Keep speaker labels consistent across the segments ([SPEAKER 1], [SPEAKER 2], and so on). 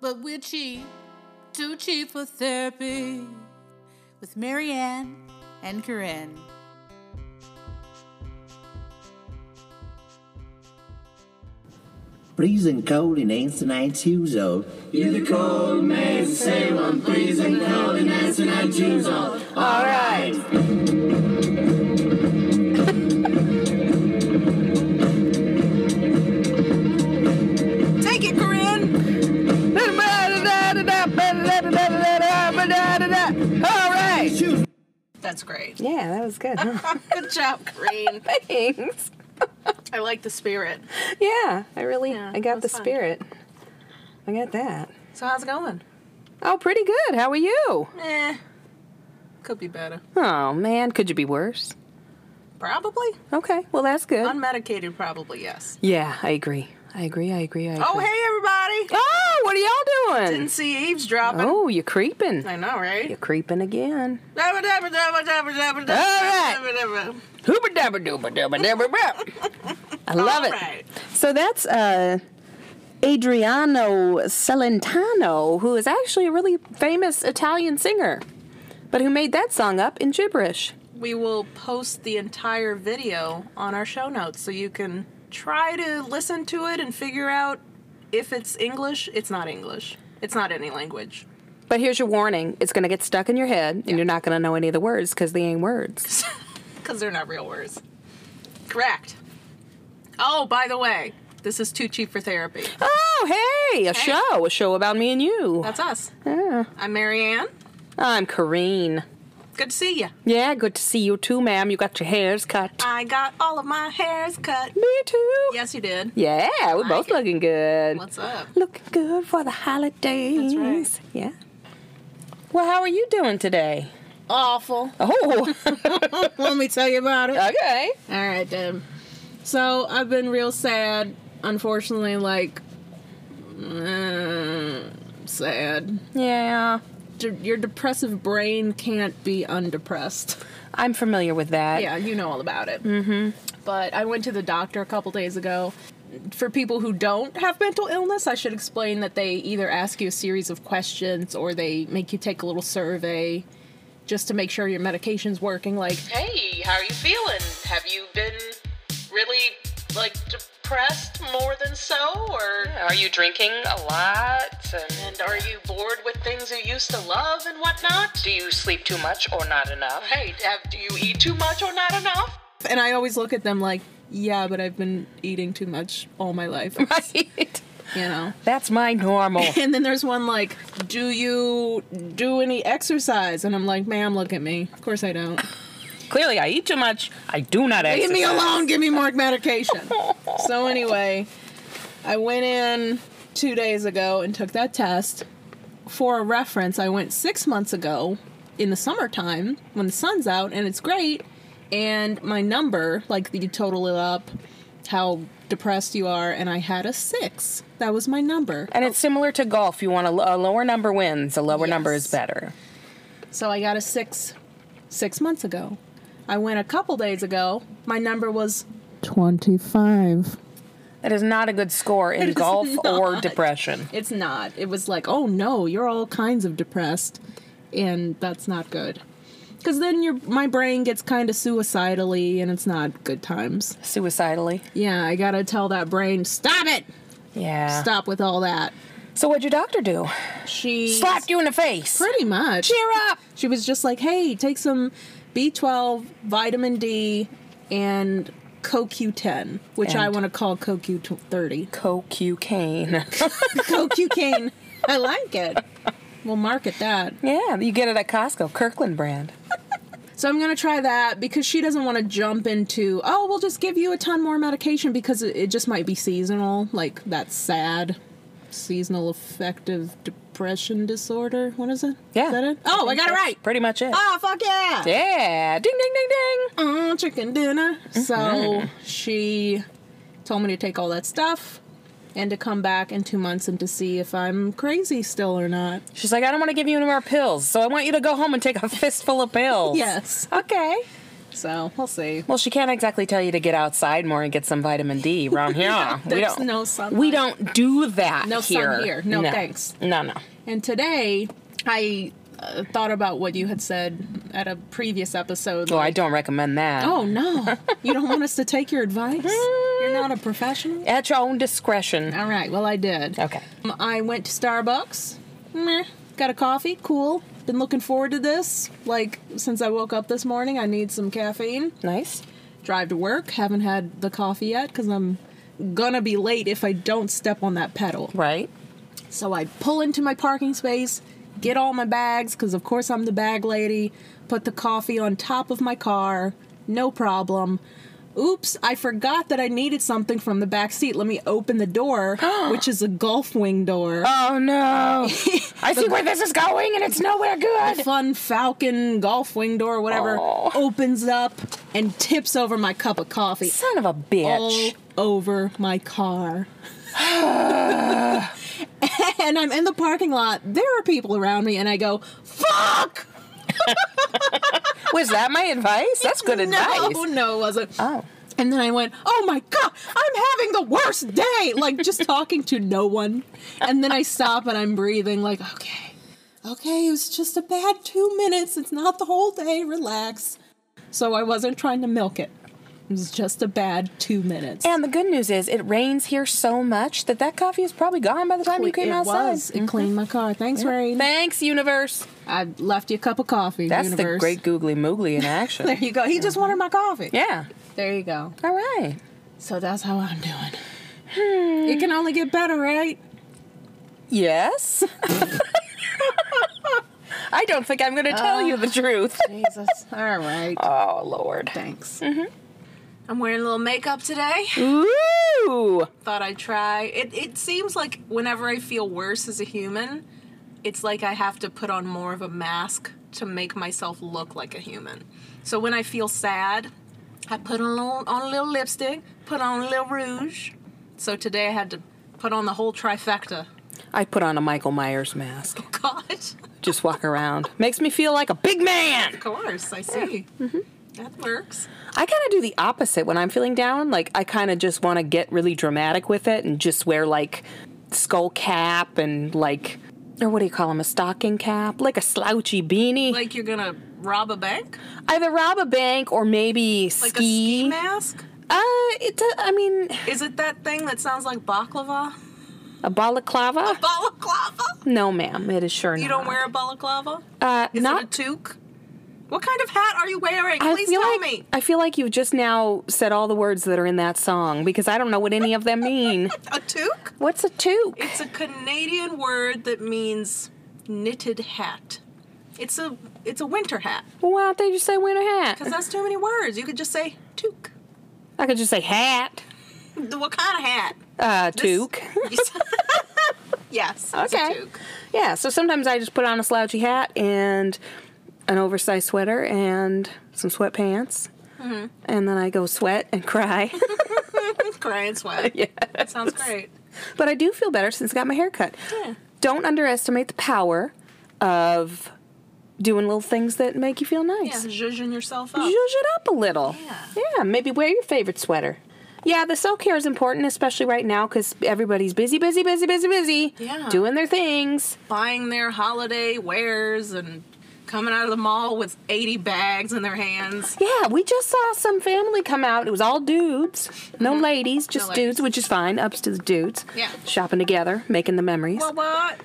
[SPEAKER 1] but we're cheap, too cheap for therapy. With Marianne and Corinne.
[SPEAKER 2] Freezing cold in Nancy nine years old.
[SPEAKER 3] You're the cold man, say one freezing cold in Nancy nine years old. oh. All right.
[SPEAKER 4] Take it, Corinne.
[SPEAKER 5] All right.
[SPEAKER 4] That's great.
[SPEAKER 5] Yeah, that was good. Huh?
[SPEAKER 4] Good job, Corinne.
[SPEAKER 5] Thanks.
[SPEAKER 4] I like the spirit.
[SPEAKER 5] Yeah, I really,
[SPEAKER 4] Yeah,
[SPEAKER 5] I got
[SPEAKER 4] that
[SPEAKER 5] the
[SPEAKER 4] was fun.
[SPEAKER 5] spirit. I got that.
[SPEAKER 4] So how's it going?
[SPEAKER 5] Oh, pretty good. How are you?
[SPEAKER 4] Eh, could be better.
[SPEAKER 5] Oh man, could you be worse?
[SPEAKER 4] Probably
[SPEAKER 5] Okay, well that's good.
[SPEAKER 4] Um, unmedicated. Probably yes.
[SPEAKER 5] yeah, I agree. I agree. I agree. I agree.
[SPEAKER 4] Oh hey everybody!
[SPEAKER 5] Oh, what are y'all doing?
[SPEAKER 4] Didn't see eavesdropping.
[SPEAKER 5] Oh, you're creeping.
[SPEAKER 4] I know,
[SPEAKER 5] You're
[SPEAKER 4] right?
[SPEAKER 5] creeping again.
[SPEAKER 4] right.
[SPEAKER 5] Hooba dabba dooba dabba dabba bap. I love it.
[SPEAKER 4] Right.
[SPEAKER 5] So that's uh, Adriano Celentano, who is actually a really famous Italian singer, but who made that song up in gibberish.
[SPEAKER 4] We will post the entire video on our show notes so you can try to listen to it and figure out if it's English. It's not English. It's not any language.
[SPEAKER 5] But here's your warning it's going to get stuck in your head, and you're not going to know any of the words because they ain't words.
[SPEAKER 4] Because they're not real words. Correct. Oh, by the way, this is Too Cheap for Therapy.
[SPEAKER 5] Oh, hey, a show, a show about me and you.
[SPEAKER 4] That's us. I'm Marianne.
[SPEAKER 5] I'm Corrine.
[SPEAKER 4] Good to see you.
[SPEAKER 5] Yeah, good to see you too, ma'am. You got your hairs cut.
[SPEAKER 4] I got all of my hairs cut.
[SPEAKER 5] Me too.
[SPEAKER 4] Yes, you did.
[SPEAKER 5] Yeah, we're both
[SPEAKER 4] it.
[SPEAKER 5] looking good.
[SPEAKER 4] What's up?
[SPEAKER 5] Looking good for the holidays.
[SPEAKER 4] right.
[SPEAKER 5] Yeah. Well, how are you doing today?
[SPEAKER 4] Awful.
[SPEAKER 5] Oh,
[SPEAKER 4] Let me tell you about it.
[SPEAKER 5] okay.
[SPEAKER 4] All right, then. So I've been real sad. Unfortunately, like mm, sad.
[SPEAKER 5] Yeah,
[SPEAKER 4] D- your depressive brain can't be undepressed.
[SPEAKER 5] I'm familiar with that.
[SPEAKER 4] Yeah, you know all about it. Mm-hmm. But I went to the doctor a couple days ago. For people who don't have mental illness, I should explain that they either ask you a series of questions or they make you take a little survey just to make sure your medication's working. Like, hey, how are you feeling? Have you been really like depressed more than so? Or
[SPEAKER 5] Are you drinking a lot? And
[SPEAKER 4] and are you bored with things you used to love and whatnot?
[SPEAKER 5] do you sleep too much or not enough?
[SPEAKER 4] hey, have, do you eat too much or not enough? And I always look at them like, yeah, but I've been eating too much all my life,
[SPEAKER 5] Right.
[SPEAKER 4] you know.
[SPEAKER 5] That's my normal.
[SPEAKER 4] And then there's one like, do you do any exercise? And I'm like, ma'am, look at me. Of course I don't.
[SPEAKER 5] Clearly, I eat too much. I do not exercise.
[SPEAKER 4] Leave me alone. Give me more medication. so anyway, I went in two days ago and took that test. For a reference, I went six months ago in the summertime when the sun's out and it's great. And my number, like you total it up, how depressed you are, and I had a six. That was my number.
[SPEAKER 5] And it's similar to golf. You want a, lo- a lower number wins. A lower number
[SPEAKER 4] Yes.
[SPEAKER 5] is better.
[SPEAKER 4] So I got a six, six months ago. I went a couple days ago. My number was 25.
[SPEAKER 5] That is not a good score in
[SPEAKER 4] is
[SPEAKER 5] golf or
[SPEAKER 4] not.
[SPEAKER 5] depression.
[SPEAKER 4] It's not. It was like, oh no, you're all kinds of depressed, and that's not good. Because then your my brain gets kind of suicidally, and it's not good times.
[SPEAKER 5] Suicidally.
[SPEAKER 4] Yeah, I gotta tell that brain, stop it,
[SPEAKER 5] Yeah.
[SPEAKER 4] stop with all that.
[SPEAKER 5] So what'd your doctor do?
[SPEAKER 4] She
[SPEAKER 5] Slapped you in the face.
[SPEAKER 4] pretty much.
[SPEAKER 5] Cheer up.
[SPEAKER 4] She was just like, hey, take some B12, vitamin D, and CoQ10, which I
[SPEAKER 5] And-
[SPEAKER 4] want to call CoQ30.
[SPEAKER 5] Cocaine.
[SPEAKER 4] CoQcane. I like it. We'll market that.
[SPEAKER 5] yeah, you get it at Costco, Kirkland brand.
[SPEAKER 4] So I'm going to try that because she doesn't want to jump into, oh, we'll just give you a ton more medication because it, it just might be seasonal. Like that sad seasonal affective depression disorder. What is it?
[SPEAKER 5] Yeah.
[SPEAKER 4] Is that it? Oh, I, got it
[SPEAKER 5] That's
[SPEAKER 4] right.
[SPEAKER 5] Pretty much it.
[SPEAKER 4] Oh, fuck yeah.
[SPEAKER 5] Yeah. Ding ding ding ding.
[SPEAKER 4] Mm, chicken dinner. So
[SPEAKER 5] Mm-hmm.
[SPEAKER 4] she told me to take all that stuff and to come back in two months and to see if I'm crazy still or not.
[SPEAKER 5] She's like, I don't want to give you any more pills, so I want you to go home and take a fistful of pills.
[SPEAKER 4] Yes.
[SPEAKER 5] Okay.
[SPEAKER 4] So we'll see.
[SPEAKER 5] Well, she can't exactly tell you to get outside more and get some vitamin D around here. we
[SPEAKER 4] there's
[SPEAKER 5] don't,
[SPEAKER 4] no sunlight.
[SPEAKER 5] We don't do that
[SPEAKER 4] No sun
[SPEAKER 5] here.
[SPEAKER 4] here. No, thanks.
[SPEAKER 5] No, no.
[SPEAKER 4] And today, I uh, thought about what you had said at a previous episode.
[SPEAKER 5] Well, Oh, I
[SPEAKER 4] like,
[SPEAKER 5] don't recommend that.
[SPEAKER 4] Oh no! you don't want us to take your advice? You're not a professional.
[SPEAKER 5] At your own discretion.
[SPEAKER 4] All right. Well, I did.
[SPEAKER 5] Okay.
[SPEAKER 4] Um, I went to Starbucks. Meh. Got a coffee. Cool. Been looking forward to this. Like since I woke up this morning, I need some caffeine.
[SPEAKER 5] Nice.
[SPEAKER 4] Drive to work. Haven't had the coffee yet because I'm gonna be late if I don't step on that pedal.
[SPEAKER 5] Right.
[SPEAKER 4] So I pull into my parking space, get all my bags, because of course I'm the bag lady, put the coffee on top of my car, no problem. Oops, I forgot that I needed something from the back seat. Let me open the door, which is a golf wing door.
[SPEAKER 5] Oh no. I see where this is going and it's nowhere good.
[SPEAKER 4] Fun Falcon golf wing door, whatever,
[SPEAKER 5] Oh.
[SPEAKER 4] opens up and tips over my cup of coffee.
[SPEAKER 5] Son of a bitch.
[SPEAKER 4] all over my car. and I'm in the parking lot. There are people around me, and I go, "Fuck!"
[SPEAKER 5] Oh. Was that my advice? That's good advice.
[SPEAKER 4] No, no, it wasn't.
[SPEAKER 5] Oh.
[SPEAKER 4] And then I went, "Oh my god, I'm having the worst day!" Like just talking to no one. And then I stop and I'm breathing. Like, okay, okay, it was just a bad two minutes. It's not the whole day. Relax. So I wasn't trying to milk it. It was just a bad two minutes.
[SPEAKER 5] And the good news is, it rains here so much that that coffee is probably gone by the time you came
[SPEAKER 4] it
[SPEAKER 5] outside. Mm-hmm.
[SPEAKER 4] was. It cleaned my car. Thanks, Rain.
[SPEAKER 5] Thanks, universe.
[SPEAKER 4] I left you a cup of coffee.
[SPEAKER 5] That's the
[SPEAKER 4] universe.
[SPEAKER 5] great googly moogly in
[SPEAKER 4] There
[SPEAKER 5] action.
[SPEAKER 4] you go. He just wanted my coffee.
[SPEAKER 5] yeah.
[SPEAKER 4] There you go.
[SPEAKER 5] All right.
[SPEAKER 4] So that's how I'm doing. It can only get better, right?
[SPEAKER 5] Yes. I don't think I'm going to tell you the truth.
[SPEAKER 4] Oh, Jesus. All right.
[SPEAKER 5] Oh, Lord.
[SPEAKER 4] Thanks. I'm wearing a little makeup today.
[SPEAKER 5] Ooh.
[SPEAKER 4] Thought I'd try. It, it seems like whenever I feel worse as a human, it's like I have to put on more of a mask to make myself look like a human. So when I feel sad, I put on a little, on a little lipstick, put on a little rouge. So today I had to put on the whole trifecta. Oh,
[SPEAKER 5] I put on a Michael Myers mask.
[SPEAKER 4] God,
[SPEAKER 5] Just walk around. Makes me feel like a big man.
[SPEAKER 4] of course, I see. That works.
[SPEAKER 5] I kind of do the opposite when I'm feeling down. Like, I kind of just want to get really dramatic with it and just wear like skull cap and like, or what do you call them? A stocking cap? Like a slouchy beanie.
[SPEAKER 4] Like you're gonna rob a bank?
[SPEAKER 5] Either rob a bank or maybe
[SPEAKER 4] Like a
[SPEAKER 5] ski.
[SPEAKER 4] ski mask?
[SPEAKER 5] uh, it, do- I mean,
[SPEAKER 4] Is it that thing that sounds like baklava?
[SPEAKER 5] a balaclava?
[SPEAKER 4] Balaclava?
[SPEAKER 5] No, ma'am. It is sure
[SPEAKER 4] You
[SPEAKER 5] not.
[SPEAKER 4] don't wear a balaclava?
[SPEAKER 5] Uh,
[SPEAKER 4] Is
[SPEAKER 5] not.
[SPEAKER 4] it a toque? What kind of hat are you wearing?
[SPEAKER 5] I
[SPEAKER 4] Please
[SPEAKER 5] feel
[SPEAKER 4] tell
[SPEAKER 5] like
[SPEAKER 4] me.
[SPEAKER 5] I feel like you've just now said all the words that are in that song because I don't know what any of them mean.
[SPEAKER 4] A toque?
[SPEAKER 5] What's a toque?
[SPEAKER 4] It's a Canadian word that means knitted hat. It's a it's a winter hat.
[SPEAKER 5] Why don't they just say winter
[SPEAKER 4] Because
[SPEAKER 5] hat?
[SPEAKER 4] that's too many words. You could just say toque.
[SPEAKER 5] I could just say hat.
[SPEAKER 4] What kind of hat?
[SPEAKER 5] Uh, toque.
[SPEAKER 4] yes. it's a
[SPEAKER 5] Okay.
[SPEAKER 4] toque.
[SPEAKER 5] Yeah. So sometimes I just put on a slouchy hat and an oversized sweater and some sweatpants,
[SPEAKER 4] Mm-hmm.
[SPEAKER 5] and then I go sweat and cry.
[SPEAKER 4] Cry and sweat.
[SPEAKER 5] Yeah.
[SPEAKER 4] That sounds great.
[SPEAKER 5] but I do feel better since I got my hair cut.
[SPEAKER 4] Yeah.
[SPEAKER 5] Don't underestimate the power of doing little things that make you feel
[SPEAKER 4] Yeah,
[SPEAKER 5] nice.
[SPEAKER 4] zhuzhing yourself up.
[SPEAKER 5] Zhuzh it up a little.
[SPEAKER 4] Yeah.
[SPEAKER 5] Yeah, maybe wear your favorite sweater. Yeah, the self care is important, especially right now because everybody's busy, busy, busy, busy, busy.
[SPEAKER 4] Yeah.
[SPEAKER 5] Doing their things.
[SPEAKER 4] buying their holiday wares and coming out of the mall with 80 bags in their hands.
[SPEAKER 5] Yeah, we just saw some family come out. It was all dudes, no ladies, just
[SPEAKER 4] Mm-hmm. ladies.
[SPEAKER 5] dudes, which is fine. Ups to the dudes.
[SPEAKER 4] Yeah.
[SPEAKER 5] Shopping together, making the memories.
[SPEAKER 4] What? What?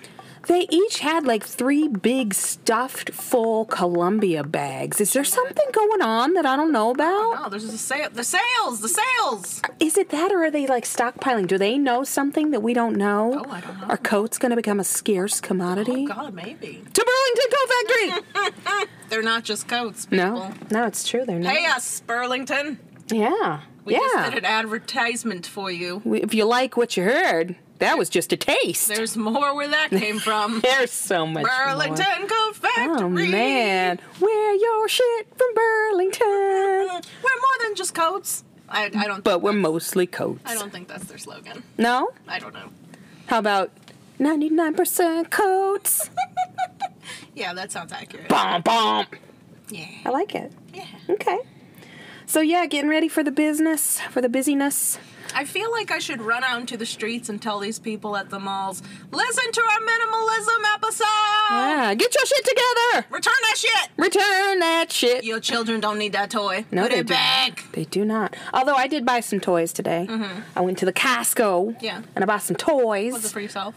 [SPEAKER 5] They each had like three big stuffed full Columbia bags. Is
[SPEAKER 4] Mm-hmm.
[SPEAKER 5] there something going on that I don't know about?
[SPEAKER 4] Oh, there's a sale. The sales, the sales.
[SPEAKER 5] Is it that or are they like stockpiling? Do they know something that we don't know?
[SPEAKER 4] Oh, I don't know.
[SPEAKER 5] Are coats going to become a scarce commodity?
[SPEAKER 4] Oh God, maybe
[SPEAKER 5] To Burlington Coat Factory!
[SPEAKER 4] they're not just coats.
[SPEAKER 5] no,
[SPEAKER 4] People.
[SPEAKER 5] no, it's true. They're not.
[SPEAKER 4] Pay us, Burlington.
[SPEAKER 5] yeah.
[SPEAKER 4] uh, We
[SPEAKER 5] yeah.
[SPEAKER 4] just did an advertisement for you.
[SPEAKER 5] We- if you like what you heard, that was just a taste.
[SPEAKER 4] There's more where that came from.
[SPEAKER 5] There's so much. more.
[SPEAKER 4] Burlington Coat Factory.
[SPEAKER 5] Oh man, wear your shit from
[SPEAKER 4] We're
[SPEAKER 5] Burlington.
[SPEAKER 4] more than just coats. I, I don't.
[SPEAKER 5] But we're mostly coats.
[SPEAKER 4] I don't think that's their slogan.
[SPEAKER 5] No?
[SPEAKER 4] I don't know.
[SPEAKER 5] How about 99% coats?
[SPEAKER 4] Yeah, that sounds accurate.
[SPEAKER 5] bomb, bomb.
[SPEAKER 4] Yeah.
[SPEAKER 5] I like it.
[SPEAKER 4] Yeah.
[SPEAKER 5] Okay. So yeah, getting ready for the business, for the busyness.
[SPEAKER 4] I feel like I should run out into the streets and tell these people at the malls, listen to our minimalism episode.
[SPEAKER 5] Yeah, get your shit together.
[SPEAKER 4] Return that shit.
[SPEAKER 5] Return that shit.
[SPEAKER 4] Your children don't need that toy.
[SPEAKER 5] No,
[SPEAKER 4] Put
[SPEAKER 5] they
[SPEAKER 4] it
[SPEAKER 5] don't.
[SPEAKER 4] back.
[SPEAKER 5] They do not. Although I did buy some toys today. I went to the Costco.
[SPEAKER 4] Yeah.
[SPEAKER 5] And I bought some toys.
[SPEAKER 4] Was it for yourself?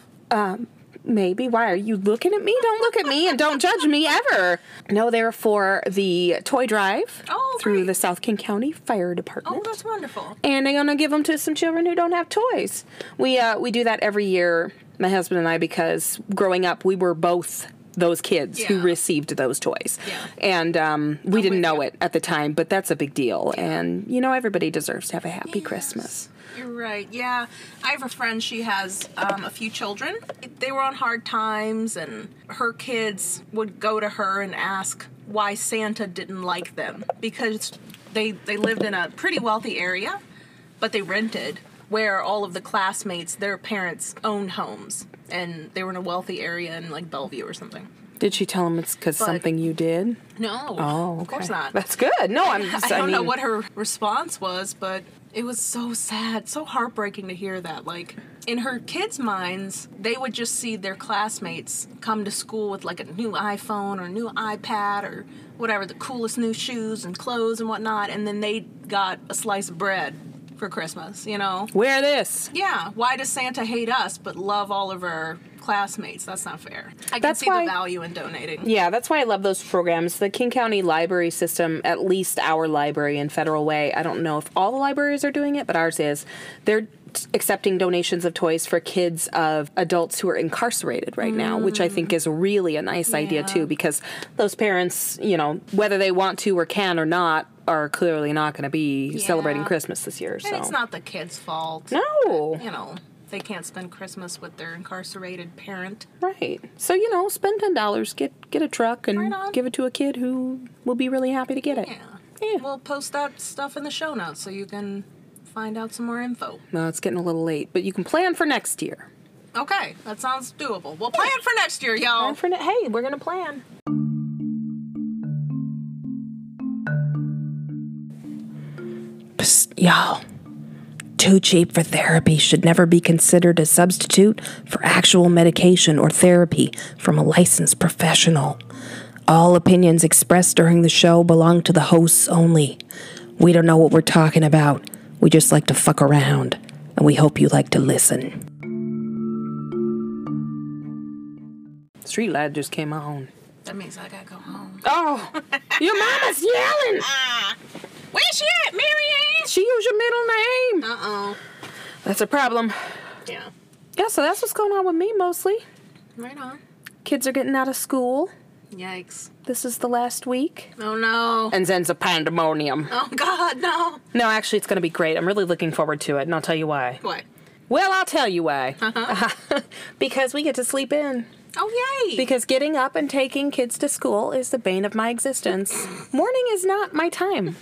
[SPEAKER 5] Maybe. Why are you looking at me? Don't look at me and don't judge me ever. No, they were for the toy drive
[SPEAKER 4] Oh,
[SPEAKER 5] through
[SPEAKER 4] great.
[SPEAKER 5] the South King County Fire
[SPEAKER 4] Oh,
[SPEAKER 5] Department.
[SPEAKER 4] that's wonderful.
[SPEAKER 5] and they're gonna give them to some children who don't have toys. We uh, we do that every year, my husband and I, because growing up we were both those kids who
[SPEAKER 4] Yeah.
[SPEAKER 5] received those toys,
[SPEAKER 4] Yeah.
[SPEAKER 5] and um, we didn't
[SPEAKER 4] with
[SPEAKER 5] know
[SPEAKER 4] you.
[SPEAKER 5] it at the time, but that's a big deal. And you know everybody deserves to have a happy Christmas.
[SPEAKER 4] You're right. Yeah, I have a friend. She has um, a few children. They were on hard times, and her kids would go to her and ask why Santa didn't like them because they they lived in a pretty wealthy area, but they rented where all of the classmates their parents owned homes and they were in a wealthy area in like Bellevue or something.
[SPEAKER 5] Did she tell him it's because
[SPEAKER 4] But-
[SPEAKER 5] something you did?
[SPEAKER 4] No.
[SPEAKER 5] Oh, okay.
[SPEAKER 4] Of course not.
[SPEAKER 5] That's good. No, I'm.
[SPEAKER 4] I
[SPEAKER 5] Just,
[SPEAKER 4] don't know
[SPEAKER 5] mean-
[SPEAKER 4] what her response was, but it was so sad, so heartbreaking to hear that. Like, in her kids' minds, they would just see their classmates come to school with like a new iPhone or new iPad or whatever, the coolest new shoes and clothes and whatnot, and then they got a slice of bread for Christmas, you know?
[SPEAKER 5] Wear this.
[SPEAKER 4] Yeah, why does Santa hate us but love all of our classmates? That's not fair. I can
[SPEAKER 5] That's
[SPEAKER 4] see
[SPEAKER 5] why-
[SPEAKER 4] the value in donating.
[SPEAKER 5] Yeah, that's why I love those programs. The King County Library System, at least our library in Federal Way, I don't know if all the libraries are doing it, but ours is. They're t- accepting donations of toys for kids of adults who are incarcerated right now, which
[SPEAKER 4] Mm.
[SPEAKER 5] I think is really a nice idea too, because those parents, you know, whether they want to or can or not, are clearly not going to be celebrating
[SPEAKER 4] Yeah.
[SPEAKER 5] Christmas this year. So
[SPEAKER 4] And it's not the kids' fault.
[SPEAKER 5] no,
[SPEAKER 4] you know, they can't spend Christmas with their incarcerated parent.
[SPEAKER 5] right? So you know, spend ten dollars, get get a truck, and
[SPEAKER 4] Right on.
[SPEAKER 5] give it to a kid who will be really happy to get it.
[SPEAKER 4] Yeah.
[SPEAKER 5] Yeah.
[SPEAKER 4] We'll post that stuff in the show notes so you can find out some more info.
[SPEAKER 5] No, Uh, it's getting a little late, but you can plan for next year.
[SPEAKER 4] Okay, that sounds doable. We'll plan for next year,
[SPEAKER 5] Plan
[SPEAKER 4] y'all.
[SPEAKER 5] for ne- hey, we're gonna plan. Psst, y'all. Too cheap for therapy should never be considered a substitute for actual medication or therapy from a licensed professional. All opinions expressed during the show belong to the hosts only. We don't know what we're talking about. We just like to fuck around, and we hope you like to listen. Street lad just came on.
[SPEAKER 4] That means I gotta go home.
[SPEAKER 5] Oh, your mama's yelling.
[SPEAKER 4] Ah. Where's she at, Mary Ann?
[SPEAKER 5] She used your middle name.
[SPEAKER 4] Uh oh.
[SPEAKER 5] That's a problem.
[SPEAKER 4] Yeah.
[SPEAKER 5] Yeah, so that's what's going on with me mostly.
[SPEAKER 4] Right on.
[SPEAKER 5] Kids are getting out of school.
[SPEAKER 4] Yikes.
[SPEAKER 5] This is the last week.
[SPEAKER 4] Oh no.
[SPEAKER 5] And then's a pandemonium.
[SPEAKER 4] Oh god, no.
[SPEAKER 5] No, actually, it's going to be great. I'm really looking forward to it, and I'll tell you why.
[SPEAKER 4] What?
[SPEAKER 5] Well, I'll tell you why. because we get to sleep in.
[SPEAKER 4] Oh yay.
[SPEAKER 5] Because getting up and taking kids to school is the bane of my existence. Morning is not my time,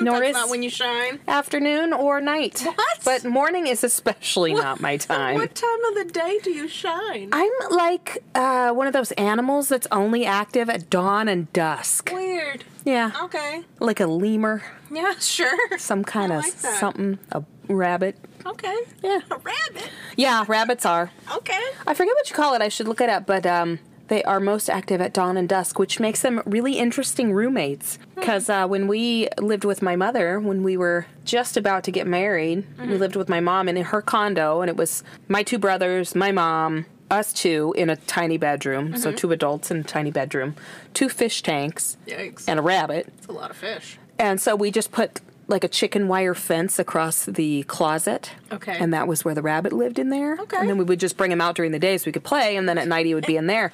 [SPEAKER 5] nor
[SPEAKER 4] That's
[SPEAKER 5] is
[SPEAKER 4] not when you shine.
[SPEAKER 5] afternoon or night.
[SPEAKER 4] What?
[SPEAKER 5] But morning is especially not my time.
[SPEAKER 4] What time of the day do you shine?
[SPEAKER 5] I'm like uh, one of those animals that's only active at dawn and dusk.
[SPEAKER 4] Weird.
[SPEAKER 5] Yeah,
[SPEAKER 4] Okay.
[SPEAKER 5] like a lemur,
[SPEAKER 4] Yeah, sure.
[SPEAKER 5] some kind
[SPEAKER 4] I
[SPEAKER 5] of
[SPEAKER 4] like that.
[SPEAKER 5] something, a rabbit.
[SPEAKER 4] Okay.
[SPEAKER 5] Yeah,
[SPEAKER 4] A rabbit.
[SPEAKER 5] yeah, rabbits are.
[SPEAKER 4] Okay.
[SPEAKER 5] I forget what you call it. I should look it up, but um, they are most active at dawn and dusk, which makes them really interesting roommates. Because uh, when we lived with my mother, when we were just about to get married, we lived with my mom and in her condo, and it was my two brothers, my mom, us two in a tiny bedroom. So two adults in a tiny bedroom, two fish tanks,
[SPEAKER 4] Yikes.
[SPEAKER 5] and a rabbit.
[SPEAKER 4] It's a lot of fish.
[SPEAKER 5] And so we just put like a chicken wire fence across the closet.
[SPEAKER 4] Okay.
[SPEAKER 5] And that was where the rabbit lived in there.
[SPEAKER 4] Okay. Eh.
[SPEAKER 5] And then we would just bring him out during the day so we could play, and then at night he would be in there.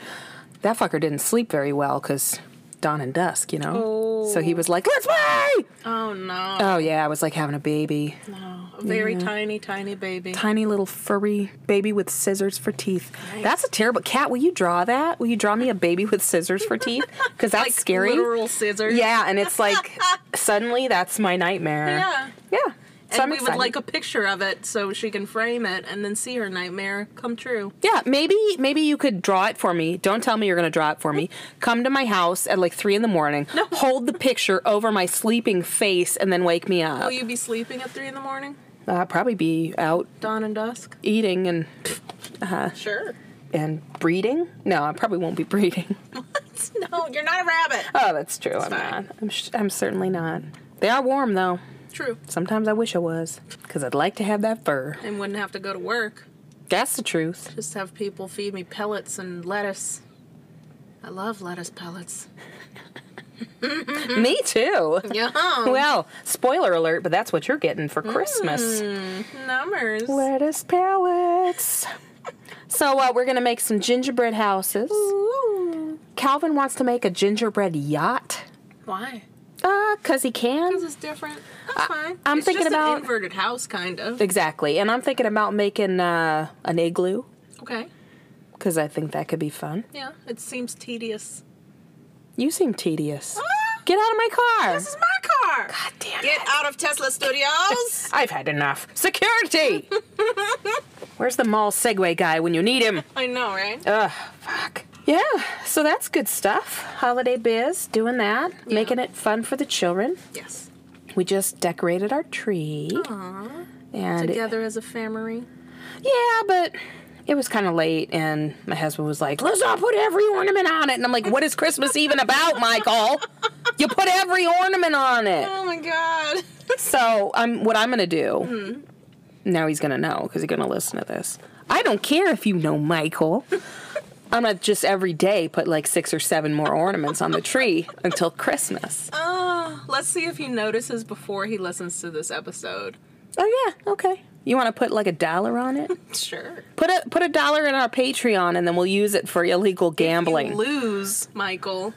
[SPEAKER 5] That fucker didn't sleep very well because dawn and dusk, you know? So he was like, let's play!
[SPEAKER 4] Oh no.
[SPEAKER 5] Oh, yeah, I was like having a baby.
[SPEAKER 4] no. A very tiny, tiny baby.
[SPEAKER 5] Tiny little furry baby with scissors for teeth. That's a terrible. Cat, will you draw that? Will you draw me a baby with scissors for teeth? Because that's
[SPEAKER 4] like
[SPEAKER 5] scary.
[SPEAKER 4] Literal scissors.
[SPEAKER 5] Yeah, and it's like suddenly that's my nightmare.
[SPEAKER 4] Yeah.
[SPEAKER 5] Yeah.
[SPEAKER 4] and
[SPEAKER 5] So I'm
[SPEAKER 4] we would
[SPEAKER 5] excited.
[SPEAKER 4] like a picture of it so she can frame it and then see her nightmare come true.
[SPEAKER 5] Yeah, maybe maybe you could draw it for me. Don't tell me you're gonna draw it for me. Come to my house at like three in the morning.
[SPEAKER 4] No.
[SPEAKER 5] Hold the picture over my sleeping face and then wake me up.
[SPEAKER 4] Will you be sleeping at three in the morning,
[SPEAKER 5] I'll probably be out
[SPEAKER 4] dawn and dusk?
[SPEAKER 5] eating and
[SPEAKER 4] Sure.
[SPEAKER 5] and breeding. No, I probably won't be breeding.
[SPEAKER 4] No, you're not a rabbit.
[SPEAKER 5] Oh, that's true. I'm
[SPEAKER 4] fine.
[SPEAKER 5] not. I'm, sh- I'm certainly not. They are warm though.
[SPEAKER 4] True.
[SPEAKER 5] Sometimes I wish I was, because I'd like to have that fur.
[SPEAKER 4] And wouldn't have to go to work.
[SPEAKER 5] That's the truth.
[SPEAKER 4] Just have people feed me pellets and lettuce. I love lettuce pellets. Mm.
[SPEAKER 5] Me too.
[SPEAKER 4] Yeah.
[SPEAKER 5] Well, spoiler alert, but that's what you're getting for
[SPEAKER 4] Mm.
[SPEAKER 5] Christmas.
[SPEAKER 4] Numbers.
[SPEAKER 5] Lettuce pellets. so uh, we're gonna make some gingerbread houses.
[SPEAKER 4] Ooh.
[SPEAKER 5] Calvin wants to make a gingerbread yacht.
[SPEAKER 4] Why?
[SPEAKER 5] Uh, cause he
[SPEAKER 4] Because
[SPEAKER 5] can.
[SPEAKER 4] it's different. That's fine.
[SPEAKER 5] I'm
[SPEAKER 4] it's
[SPEAKER 5] thinking
[SPEAKER 4] just
[SPEAKER 5] about-
[SPEAKER 4] an inverted house, kind of.
[SPEAKER 5] Exactly. And I'm thinking about making uh, an igloo,
[SPEAKER 4] Okay.
[SPEAKER 5] cause I think that could be fun.
[SPEAKER 4] Yeah. It seems tedious.
[SPEAKER 5] You seem tedious. Get out of my car.
[SPEAKER 4] This is Ah, my car.
[SPEAKER 5] God damn it.
[SPEAKER 4] Get out of Tesla Studios.
[SPEAKER 5] I've had enough. Security! Where's the mall Segway guy when you need him?
[SPEAKER 4] I know, right?
[SPEAKER 5] Ugh, fuck. Yeah, so that's good stuff. Holiday biz, doing that, making it fun for the children.
[SPEAKER 4] yes.
[SPEAKER 5] We just decorated our tree. And it-
[SPEAKER 4] Together as a family.
[SPEAKER 5] yeah, but it was kind of late, and my husband was like, "Let's all put every ornament on it." And I'm like, "What is Christmas even about, Michael? You put every ornament on it."
[SPEAKER 4] Oh my god.
[SPEAKER 5] So I'm what I'm gonna do. Now he's gonna know because he's gonna listen to this. I don't care if you know Michael. I'm gonna just every day put like six or seven more ornaments on the tree until Christmas.
[SPEAKER 4] Oh, let's see if he notices before he listens to this episode.
[SPEAKER 5] Oh yeah, okay. You want to put like a dollar on it?
[SPEAKER 4] Sure.
[SPEAKER 5] Put a put a dollar in our Patreon, and then we'll use it for illegal
[SPEAKER 4] You
[SPEAKER 5] gambling.
[SPEAKER 4] lose, Michael.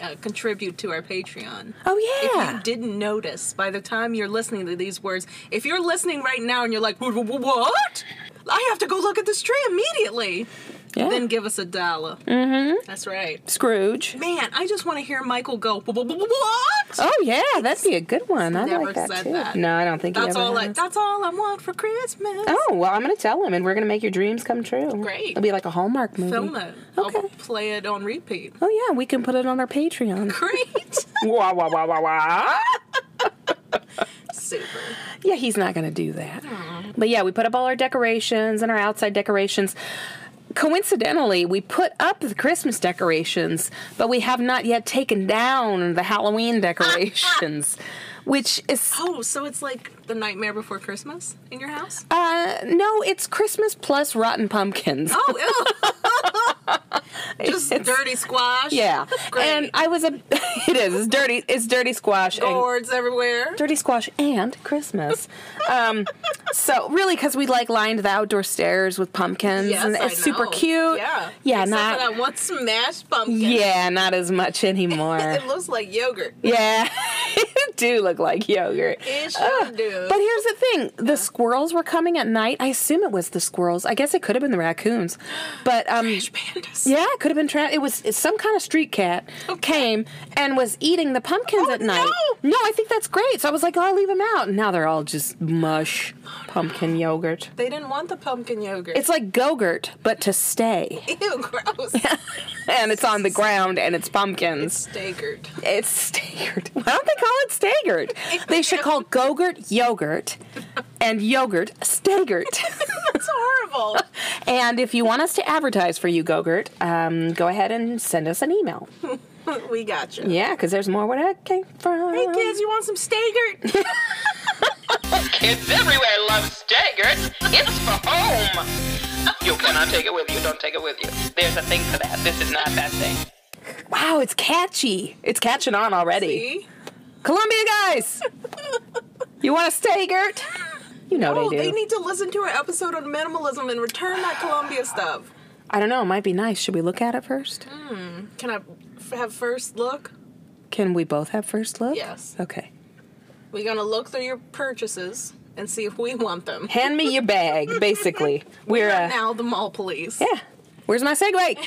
[SPEAKER 4] Uh, contribute to our Patreon.
[SPEAKER 5] oh
[SPEAKER 4] If
[SPEAKER 5] yeah,
[SPEAKER 4] you didn't notice by the time you're listening to these words, if you're listening right now and you're like, "Wh- wh- what? I have to go look at this tree immediately.
[SPEAKER 5] yeah.
[SPEAKER 4] Then give us a dollar. Mm-hmm. That's right.
[SPEAKER 5] Scrooge.
[SPEAKER 4] Man, I just want to hear Michael go, "Wh- wh- wh- what?
[SPEAKER 5] Oh yeah, that'd be a good one. I
[SPEAKER 4] Never
[SPEAKER 5] like that
[SPEAKER 4] said
[SPEAKER 5] too.
[SPEAKER 4] that.
[SPEAKER 5] No, I don't think he
[SPEAKER 4] That's
[SPEAKER 5] ever
[SPEAKER 4] all I,
[SPEAKER 5] has.
[SPEAKER 4] that's all I want for Christmas.
[SPEAKER 5] Oh well, I'm gonna tell him, and we're gonna make your dreams come true.
[SPEAKER 4] Great.
[SPEAKER 5] It'll be like a Hallmark movie.
[SPEAKER 4] Film it. I'll
[SPEAKER 5] Okay.
[SPEAKER 4] play it on repeat.
[SPEAKER 5] Oh yeah, we can put it on our Patreon.
[SPEAKER 4] Great.
[SPEAKER 5] wah wah wah wah wah.
[SPEAKER 4] Super.
[SPEAKER 5] Yeah, he's not gonna do that. But yeah, we put up all our decorations and our outside decorations. Coincidentally, we put up the Christmas decorations, but we have not yet taken down the Halloween decorations, which is
[SPEAKER 4] Oh, so it's like the Nightmare Before Christmas in your house?
[SPEAKER 5] uh no, it's Christmas plus rotten pumpkins.
[SPEAKER 4] Oh, ew. just dirty squash.
[SPEAKER 5] Yeah,
[SPEAKER 4] Great.
[SPEAKER 5] and I was a. it is. It's dirty. It's dirty squash. and-
[SPEAKER 4] Boards everywhere.
[SPEAKER 5] dirty squash and Christmas. um, so really, because we like lined the outdoor stairs with pumpkins,
[SPEAKER 4] Yes,
[SPEAKER 5] and
[SPEAKER 4] I
[SPEAKER 5] it's super
[SPEAKER 4] know.
[SPEAKER 5] cute.
[SPEAKER 4] Yeah.
[SPEAKER 5] yeah,
[SPEAKER 4] Except
[SPEAKER 5] not.
[SPEAKER 4] for that one smashed pumpkin.
[SPEAKER 5] yeah, not as much anymore.
[SPEAKER 4] It looks like yogurt.
[SPEAKER 5] yeah, it do look like yogurt.
[SPEAKER 4] It sure do.
[SPEAKER 5] But here's the thing: the squirrels were coming at night. I assume it was the squirrels. I guess it could have been the raccoons, but um,
[SPEAKER 4] pandas.
[SPEAKER 5] yeah, it could have been trapped. It was it's some kind of street cat came and was eating the pumpkins at night. No. I think that's great. So I was like, I'll leave them out. And now they're all just mush pumpkin yogurt.
[SPEAKER 4] They didn't want the pumpkin yogurt.
[SPEAKER 5] It's like Gogurt, but to stay.
[SPEAKER 4] ew, gross.
[SPEAKER 5] And it's on the ground and it's pumpkins.
[SPEAKER 4] Staggered.
[SPEAKER 5] It's staggered. Why don't they call it staggered? They should call Gogurt yogurt and yogurt staggered.
[SPEAKER 4] That's horrible.
[SPEAKER 5] and if you want us to advertise for you, Gogurt, um, go ahead and send us an email.
[SPEAKER 4] we got you.
[SPEAKER 5] Yeah, because there's more where that came from.
[SPEAKER 4] Hey kids, you want some staggered?
[SPEAKER 6] Kids everywhere love Staggered. It's for home. You cannot take it with you. Don't take it with you. There's a thing for that. This is not that thing.
[SPEAKER 5] Wow, it's catchy. It's catching on already.
[SPEAKER 4] See?
[SPEAKER 5] Columbia guys, you want a Stagert? You know
[SPEAKER 4] Oh,
[SPEAKER 5] they do.
[SPEAKER 4] they need to listen to our episode on minimalism and return that Columbia stuff.
[SPEAKER 5] I don't know. It might be nice. Should we look at it first?
[SPEAKER 4] Can I f- have first look?
[SPEAKER 5] Can we both have first look?
[SPEAKER 4] Yes.
[SPEAKER 5] Okay.
[SPEAKER 4] We're gonna look through your purchases and see if we want them.
[SPEAKER 5] Hand me your bag. Basically, we're uh,
[SPEAKER 4] now the mall police.
[SPEAKER 5] yeah. Where's my Segway?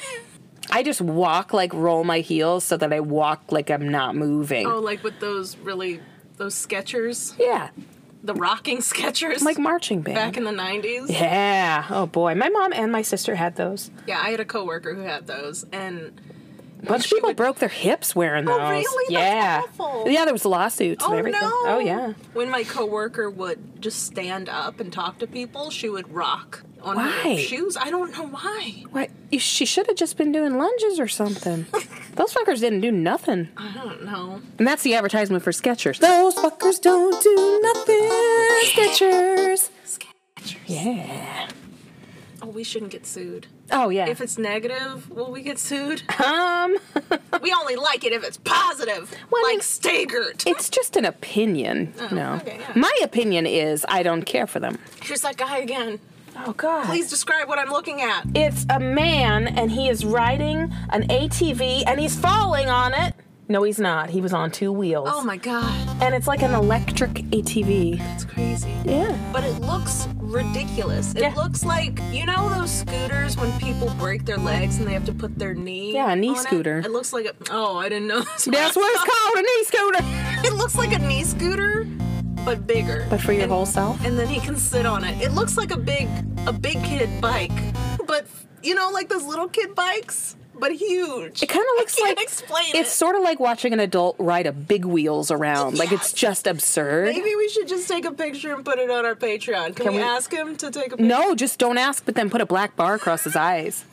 [SPEAKER 5] I just walk like roll my heels so that I walk like I'm not moving.
[SPEAKER 4] Oh, like with those really those sketchers.
[SPEAKER 5] Yeah.
[SPEAKER 4] the rocking Skechers,
[SPEAKER 5] like marching band.
[SPEAKER 4] back in the '90s.
[SPEAKER 5] yeah. Oh boy, my mom and my sister had those.
[SPEAKER 4] Yeah, I had a coworker who had those, and
[SPEAKER 5] A bunch of people broke their hips wearing those.
[SPEAKER 4] Oh, really? That's
[SPEAKER 5] Yeah.
[SPEAKER 4] awful.
[SPEAKER 5] Yeah, there was lawsuits
[SPEAKER 4] oh
[SPEAKER 5] and everything.
[SPEAKER 4] no,
[SPEAKER 5] Oh yeah.
[SPEAKER 4] When my coworker would just stand up and talk to people, she would rock on
[SPEAKER 5] Why?
[SPEAKER 4] her shoes. I don't know why.
[SPEAKER 5] Why? you- She should have just been doing lunges or something. Those fuckers didn't do nothing.
[SPEAKER 4] I don't know.
[SPEAKER 5] And that's the advertisement for Skechers. Those fuckers don't do nothing. Skechers.
[SPEAKER 4] Skechers.
[SPEAKER 5] Yeah.
[SPEAKER 4] Oh, we shouldn't get sued.
[SPEAKER 5] Oh yeah.
[SPEAKER 4] If it's negative, will we get sued?
[SPEAKER 5] um,
[SPEAKER 4] we only like it if it's positive.
[SPEAKER 5] Well, I mean-
[SPEAKER 4] like Stagert.
[SPEAKER 5] it's just an opinion. no.
[SPEAKER 4] Oh, okay, yeah.
[SPEAKER 5] My opinion is I don't care for them.
[SPEAKER 4] Here's that guy again.
[SPEAKER 5] Oh God.
[SPEAKER 4] Please describe what I'm looking at.
[SPEAKER 5] It's a man and he is riding an ATV and he's falling on it. No, he's not. He was on two wheels.
[SPEAKER 4] Oh my god,
[SPEAKER 5] And it's like an electric ATV.
[SPEAKER 4] that's crazy.
[SPEAKER 5] Yeah.
[SPEAKER 4] But it looks ridiculous. It
[SPEAKER 5] Yeah.
[SPEAKER 4] looks like you know those scooters when people break their legs and they have to put their knee.
[SPEAKER 5] Yeah, a knee
[SPEAKER 4] on it?
[SPEAKER 5] scooter.
[SPEAKER 4] It? looks like a. Oh, I didn't know. This
[SPEAKER 5] That's what it's called, a knee scooter.
[SPEAKER 4] It looks like a knee scooter, but bigger.
[SPEAKER 5] But for your
[SPEAKER 4] And-
[SPEAKER 5] whole self?
[SPEAKER 4] And then he can sit on it. It looks like a big, a big kid bike, but you know, like those little kid bikes, but huge.
[SPEAKER 5] It kind of looks
[SPEAKER 4] I
[SPEAKER 5] like
[SPEAKER 4] can't explain
[SPEAKER 5] it's
[SPEAKER 4] it.
[SPEAKER 5] sort of like watching an adult ride a big wheels around. Like it's just absurd.
[SPEAKER 4] Maybe we should just take a picture and put it on our Patreon. Can, we,
[SPEAKER 5] we-
[SPEAKER 4] ask him to take a picture?
[SPEAKER 5] No, just don't ask, but then put a black bar across his eyes.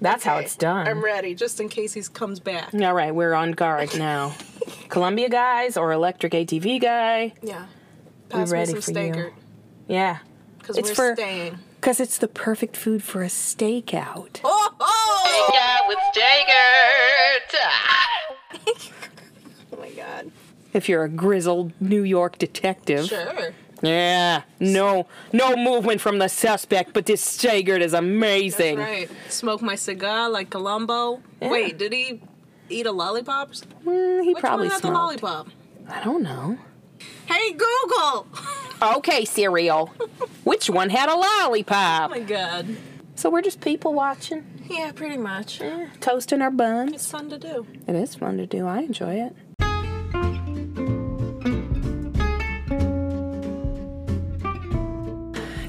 [SPEAKER 5] That's how it's done.
[SPEAKER 4] I'm ready, just in case he comes back.
[SPEAKER 5] All right, we're on guard now. Columbia guys or electric ATV guy.
[SPEAKER 4] Yeah. Pass
[SPEAKER 5] ready
[SPEAKER 4] me
[SPEAKER 5] for
[SPEAKER 4] some
[SPEAKER 5] you.
[SPEAKER 4] Stagert.
[SPEAKER 5] Yeah.
[SPEAKER 4] Because
[SPEAKER 5] It's
[SPEAKER 4] we're
[SPEAKER 5] for-
[SPEAKER 4] staying.
[SPEAKER 5] Because it's the perfect food for a stakeout.
[SPEAKER 4] Oh, oh!
[SPEAKER 6] Yeah, with Daggert.
[SPEAKER 4] Oh my god.
[SPEAKER 5] If you're a grizzled New York detective.
[SPEAKER 4] Sure.
[SPEAKER 5] Yeah. No no movement from the suspect, but this Sagert is amazing.
[SPEAKER 4] Right. Smoke my cigar like Columbo. Wait, did he eat a lollipop? or something?
[SPEAKER 5] Mm, he
[SPEAKER 4] Which
[SPEAKER 5] probably
[SPEAKER 4] one had the
[SPEAKER 5] smoked.
[SPEAKER 4] lollipop?
[SPEAKER 5] I don't know.
[SPEAKER 4] Hey, Google! Oh
[SPEAKER 5] Okay, cereal. Which one had a lollipop?
[SPEAKER 4] Oh my god.
[SPEAKER 5] So we're just people watching,
[SPEAKER 4] Yeah, pretty much.
[SPEAKER 5] eh, toasting our buns.
[SPEAKER 4] It's fun to do.
[SPEAKER 5] It is fun to do. I enjoy it.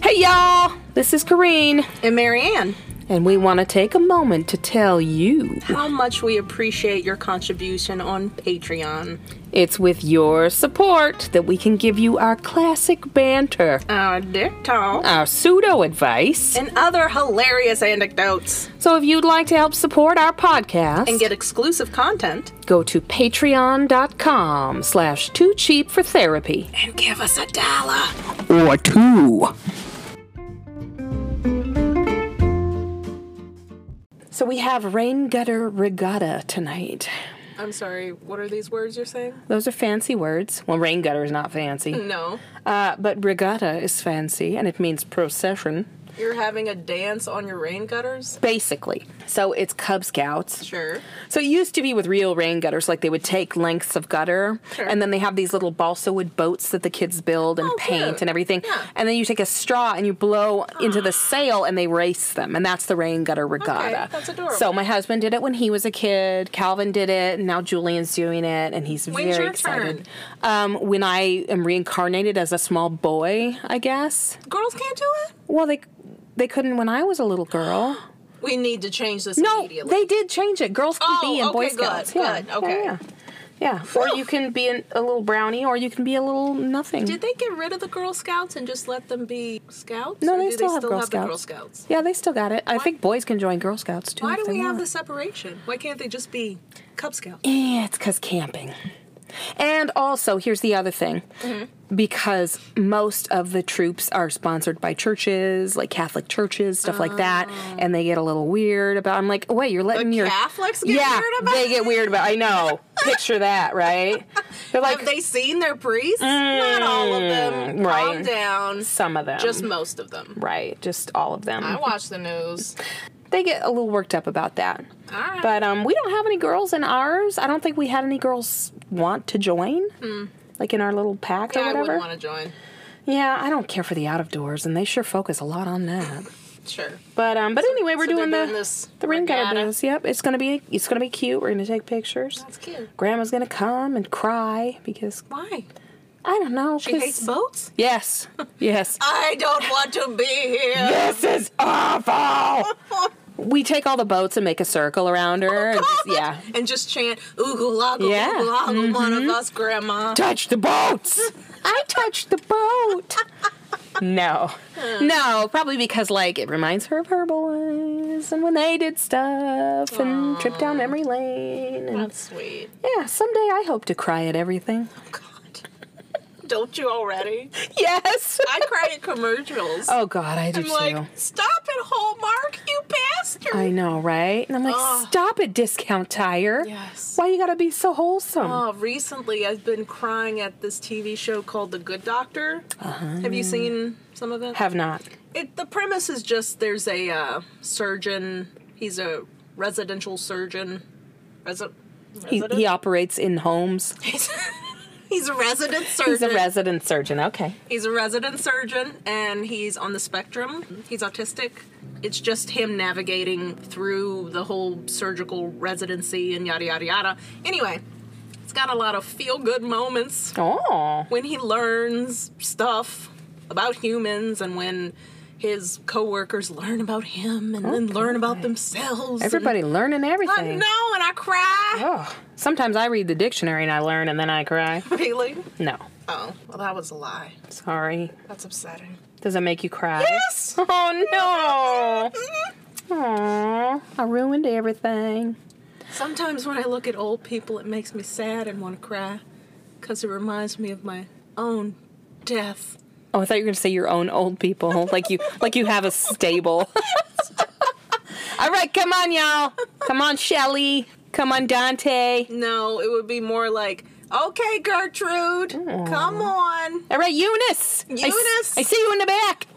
[SPEAKER 5] Hey y'all, this is Corrine,
[SPEAKER 4] And Marianne,
[SPEAKER 5] and we want to take a moment to tell you
[SPEAKER 4] how much we appreciate your contribution on Patreon.
[SPEAKER 5] it's with your support that we can give you our classic banter,
[SPEAKER 4] Our Uh, dick talk.
[SPEAKER 5] our pseudo advice.
[SPEAKER 4] And other hilarious anecdotes.
[SPEAKER 5] So if you'd like to help support our podcast,
[SPEAKER 4] And get exclusive content.
[SPEAKER 5] go to patreon.com slash too cheap for therapy.
[SPEAKER 4] And give us a dollar.
[SPEAKER 5] Or two. So we have rain gutter regatta tonight.
[SPEAKER 4] I'm sorry, what are these words you're saying?
[SPEAKER 5] Those are fancy words. Well, rain gutter is not fancy,
[SPEAKER 4] No.
[SPEAKER 5] uh, but regatta is fancy, and it means procession,
[SPEAKER 4] You're having a dance on your rain gutters?
[SPEAKER 5] basically. So it's Cub Scouts.
[SPEAKER 4] Sure.
[SPEAKER 5] So it used to be with real rain gutters, like they would take lengths of gutter,
[SPEAKER 4] Sure.
[SPEAKER 5] and then they have these little balsa wood boats that the kids build and
[SPEAKER 4] Oh,
[SPEAKER 5] paint
[SPEAKER 4] cute.
[SPEAKER 5] and everything.
[SPEAKER 4] Yeah.
[SPEAKER 5] And then you take a straw and you blow into the sail, and they race them, and that's the rain gutter regatta.
[SPEAKER 4] that's adorable.
[SPEAKER 5] So my husband did it when he was a kid. Calvin did it, and now Julian's doing it, and he's
[SPEAKER 4] When's
[SPEAKER 5] very
[SPEAKER 4] your
[SPEAKER 5] excited. Um, when I am reincarnated as a small boy, I guess.
[SPEAKER 4] Girls can't do it?
[SPEAKER 5] Well, they they couldn't when I was a little girl.
[SPEAKER 4] We need to change this
[SPEAKER 5] No,
[SPEAKER 4] immediately.
[SPEAKER 5] they did change it. Girls can
[SPEAKER 4] Oh,
[SPEAKER 5] be in Boy
[SPEAKER 4] okay, good,
[SPEAKER 5] Scouts. yeah.
[SPEAKER 4] good, okay.
[SPEAKER 5] Yeah. yeah. Yeah. Or you can be an, a little brownie, or you can be a little nothing.
[SPEAKER 4] Did they get rid of the Girl Scouts and just let them be Scouts?
[SPEAKER 5] No,
[SPEAKER 4] Or
[SPEAKER 5] they
[SPEAKER 4] do
[SPEAKER 5] still
[SPEAKER 4] they
[SPEAKER 5] have
[SPEAKER 4] still
[SPEAKER 5] Girl
[SPEAKER 4] have the Girl
[SPEAKER 5] Scouts.
[SPEAKER 4] Scouts?
[SPEAKER 5] yeah, they still got it. I think boys can join Girl Scouts too.
[SPEAKER 4] Why do
[SPEAKER 5] if they
[SPEAKER 4] we have
[SPEAKER 5] want.
[SPEAKER 4] the separation? Why can't they just be Cub Scouts?
[SPEAKER 5] Yeah, Eh, it's because camping. And also, here's the other thing.
[SPEAKER 4] Mm-hmm.
[SPEAKER 5] Because most of the troops are sponsored by churches, like Catholic churches, stuff like that,
[SPEAKER 4] Oh.
[SPEAKER 5] and they get a little weird about. I'm like, wait, you're letting your
[SPEAKER 4] Catholics get
[SPEAKER 5] yeah,
[SPEAKER 4] weird about
[SPEAKER 5] they get weird about. I know. Picture that, right? They're like, Mm,
[SPEAKER 4] Have they seen their priests? Not all of them. Calm
[SPEAKER 5] right. Um,
[SPEAKER 4] down.
[SPEAKER 5] some of them
[SPEAKER 4] Just most of them.
[SPEAKER 5] right just all of them
[SPEAKER 4] I watch the news.
[SPEAKER 5] they get a little worked up about that
[SPEAKER 4] All right.
[SPEAKER 5] but um we don't have any girls in ours i don't think we had any girls want to join like in our little
[SPEAKER 4] Mm.
[SPEAKER 5] pack
[SPEAKER 4] yeah,
[SPEAKER 5] or
[SPEAKER 4] I
[SPEAKER 5] whatever
[SPEAKER 4] wouldn't want to join.
[SPEAKER 5] yeah i don't care for the out of doors and they sure focus a lot on that
[SPEAKER 4] Sure.
[SPEAKER 5] but um but anyway we're
[SPEAKER 4] so they're
[SPEAKER 5] doing the
[SPEAKER 4] doing this
[SPEAKER 5] the ring gutter
[SPEAKER 4] regatta.
[SPEAKER 5] booze yep it's gonna be it's gonna be cute we're gonna take pictures
[SPEAKER 4] That's cute.
[SPEAKER 5] grandma's gonna come and cry because
[SPEAKER 4] Why?
[SPEAKER 5] I don't know.
[SPEAKER 4] She
[SPEAKER 5] 'cause-
[SPEAKER 4] hates boats?
[SPEAKER 5] Yes. Yes.
[SPEAKER 4] I don't want to be here.
[SPEAKER 5] this is awful. we take all the boats and make a circle around her. and just- yeah.
[SPEAKER 4] And just chant, oogle ogle,
[SPEAKER 5] Yeah. Mm-hmm.
[SPEAKER 4] oogle ogle, one of us, grandma.
[SPEAKER 5] touch the boats. I touched the boat. No, no, probably because like it reminds her of her boys and when they did stuff and trip down memory lane. And
[SPEAKER 4] That's sweet.
[SPEAKER 5] yeah, someday I hope to cry at everything.
[SPEAKER 4] God. Don't you already?
[SPEAKER 5] Yes.
[SPEAKER 4] I cry at commercials.
[SPEAKER 5] Oh God, I do
[SPEAKER 4] I'm
[SPEAKER 5] too.
[SPEAKER 4] like, stop it, Hallmark, you bastard.
[SPEAKER 5] I know, right? And I'm like,
[SPEAKER 4] Ugh.
[SPEAKER 5] stop it, discount tire.
[SPEAKER 4] Yes.
[SPEAKER 5] Why you gotta be so wholesome?
[SPEAKER 4] Oh, recently I've been crying at this TV show called The Good Doctor. Have you seen some of it?
[SPEAKER 5] Uh-huh. Have not.
[SPEAKER 4] it the premise is just there's a uh, surgeon. He's a residential surgeon. Resi-
[SPEAKER 5] He,
[SPEAKER 4] resident?
[SPEAKER 5] he operates in homes.
[SPEAKER 4] He's a resident surgeon.
[SPEAKER 5] He's a resident surgeon. Okay.
[SPEAKER 4] He's a resident surgeon and he's on the spectrum. He's autistic. It's just him navigating through the whole surgical residency and yada yada yada. Anyway, it's got a lot of feel good moments
[SPEAKER 5] Oh.
[SPEAKER 4] when he learns stuff about humans and when his coworkers learn about him and then learn about themselves. and-
[SPEAKER 5] Everybody learning everything.
[SPEAKER 4] I know, and I cry.
[SPEAKER 5] Oh, sometimes I read the dictionary and I learn and then I cry.
[SPEAKER 4] Really?
[SPEAKER 5] No,
[SPEAKER 4] Oh, well, that was a lie.
[SPEAKER 5] sorry.
[SPEAKER 4] That's upsetting.
[SPEAKER 5] Does it make you cry?
[SPEAKER 4] Yes.
[SPEAKER 5] Oh
[SPEAKER 4] Mm-hmm.
[SPEAKER 5] no. Aw, I ruined everything.
[SPEAKER 4] Sometimes when I look at old people, it makes me sad and want to cry because it reminds me of my own death.
[SPEAKER 5] Oh, I thought you were gonna say your own old people, like you, like you have a stable. All right, come on, y'all. Come on, Shelly. Come on, Dante.
[SPEAKER 4] No, it would be more like, okay, Gertrude, come on.
[SPEAKER 5] All right, Eunice. I s-
[SPEAKER 4] Eunice.
[SPEAKER 5] I, see you in the back.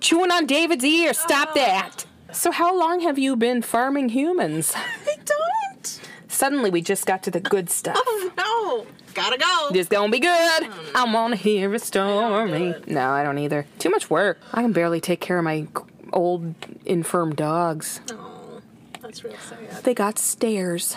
[SPEAKER 5] Chewing on David's ear.
[SPEAKER 4] Oh.
[SPEAKER 5] Stop that. So, how long have you been farming humans?
[SPEAKER 4] I don't.
[SPEAKER 5] Suddenly, we just got to the good stuff.
[SPEAKER 4] Oh, Hmm. no. Gotta go.
[SPEAKER 5] It's gonna be good. I wanna hear a story. No, I don't either. Too much work. I can barely take care of my g- old infirm dogs.
[SPEAKER 4] Oh, that's real sad.
[SPEAKER 5] They got stairs